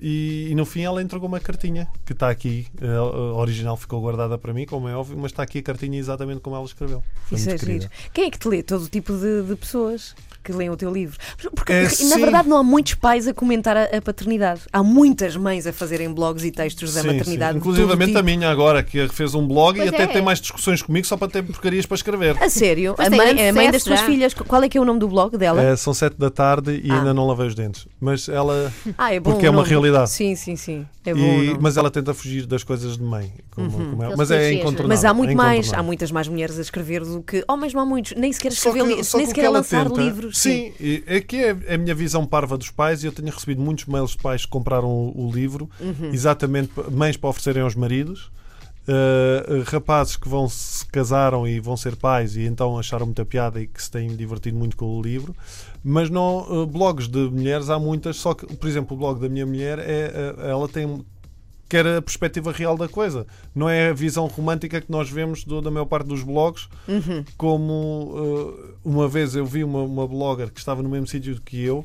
e, e no fim ela entregou uma cartinha que está aqui. eh, A, a original ficou guardada para mim, como é óbvio, mas está aqui a cartinha exatamente como ela escreveu. Foi
Isso é
muito querida.
giro. Quem é que te lê? Todo tipo de, de pessoas que leem o teu livro. Porque,
É,
na
sim.
verdade, não há muitos pais a comentar a, a paternidade. Há muitas mães a fazerem blogs e textos da
Sim,
maternidade.
sim.
de todo
Inclusivamente a
tipo.
minha agora, que fez um blog
Pois
e até
é.
tem mais discussões comigo só para ter porcarias para escrever.
A sério?
Mas
a
tem
mãe,
grande
a mãe das
sucesso
tuas
já.
filhas, qual é que é o nome do blog dela?
Eh, são sete da tarde e
Ah.
ainda não lavei os dentes. Mas ela.
ah, é bom. o
porque é uma
nome.
realidade.
Sim, sim, sim. É
e-
bom. Uhum. o nome.
mas ela tenta fugir das coisas de mãe. como- como é-
Aqueles
Mas é
clichês, não é?
incontornável.
Mas há muito
é
mais,
incontornável.
há muitas mais mulheres a escrever do que homens, não há muitos, nem sequer
Só
escrever,
que-
li-
só
nem
que o
sequer é
que ela
lançar
tenta-
livros.
Sim, e- é que é a minha visão parva dos pais e eu tenho recebido muitos mails de pais que compraram o, o livro,
Uhum.
exatamente p- mães para oferecerem aos maridos. uh, rapazes que vão se casaram e vão ser pais e então acharam muita piada e que se têm divertido muito com o livro mas não uh, blogs de mulheres há muitas só que por exemplo o blog da minha mulher é uh, ela tem quer a perspectiva real da coisa não é a visão romântica que nós vemos do- da maior parte dos blogs
Uhum.
como uh, uma vez eu vi uma, uma blogger que estava no mesmo sítio que eu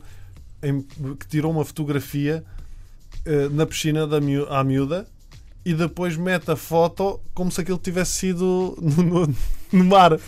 em- que tirou uma fotografia uh, na piscina da miú, à miúda e depois mete a foto como se aquilo tivesse sido no, no- no mar.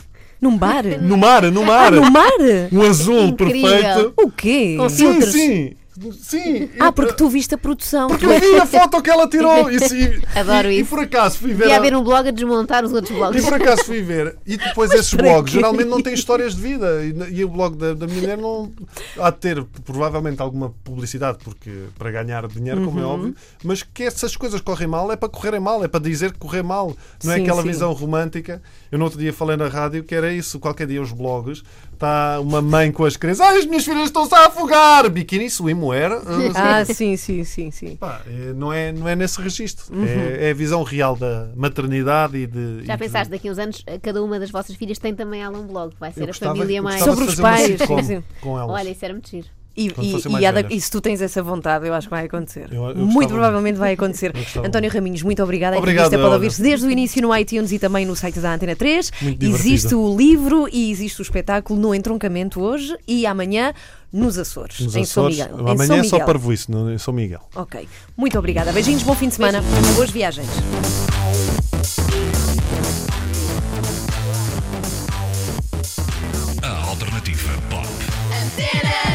Num bar?
No mar, no
Ah,
mar!
no mar?
Um azul
Incrível.
perfeito.
O quê?
Com
Sim,
filtros.
sim! Sim!
Ah, porque tu viste a produção.
Porque eu vi a foto que ela tirou! E, se-
Adoro
e- E
isso.
por acaso fui ver.
Devia
a-
haver um blog a desmontar os outros
E
blogs.
por acaso fui ver. E depois esses
para
blogs
quê?
geralmente não têm histórias de vida. E, e o blog da, da minha mulher não. Há de ter provavelmente alguma publicidade, porque para ganhar dinheiro, como é óbvio. Mas que essas coisas correm mal é para correrem mal, é para dizer que correr mal. Não é
Sim,
aquela
sim.
visão romântica. Eu no outro dia falei na rádio que era isso. Qualquer dia os blogs. Está uma mãe com as crianças. Ai, as minhas filhas estão-se a afogar! Biquíni, swimwear. ah,
Ah, sim, sim, sim, sim.
Pá, eh, não, é, não é nesse registro. É, é a visão real da maternidade e de. e
Já
de-
pensaste, daqui a uns anos, cada uma das vossas filhas tem também ela um blog. Vai
Eu
ser a
gostava-
família
eu
mais.
gostava
Sobre
de
os
fazer uma
pais,
sitcom
sim, sim.
Com elas.
Olha, isso era muito giro.
E,
Quando
e-
fossem mais
e há da-
velhas.
e se tu tens essa vontade, eu acho que vai acontecer.
Eu- eu gostava
muito
muito.
provavelmente vai acontecer.
gostava
António Raminhos, muito obrigada.
Obrigado,
a entrevista pode
Olga.
ouvir-se desde o início no iTunes e também no site da Antena 3.
Muito
existe
divertido.
o livro e existe o espetáculo no Entroncamento hoje e amanhã nos Açores,
Nos
em São
Açores.
Miguel. em São
Amanhã é
Miguel.
só parvoíce, não- em São Miguel.
Ok. Muito obrigada. Beijinhos, bom fim de semana. Boas viagens.
A alternativa pop.
Antena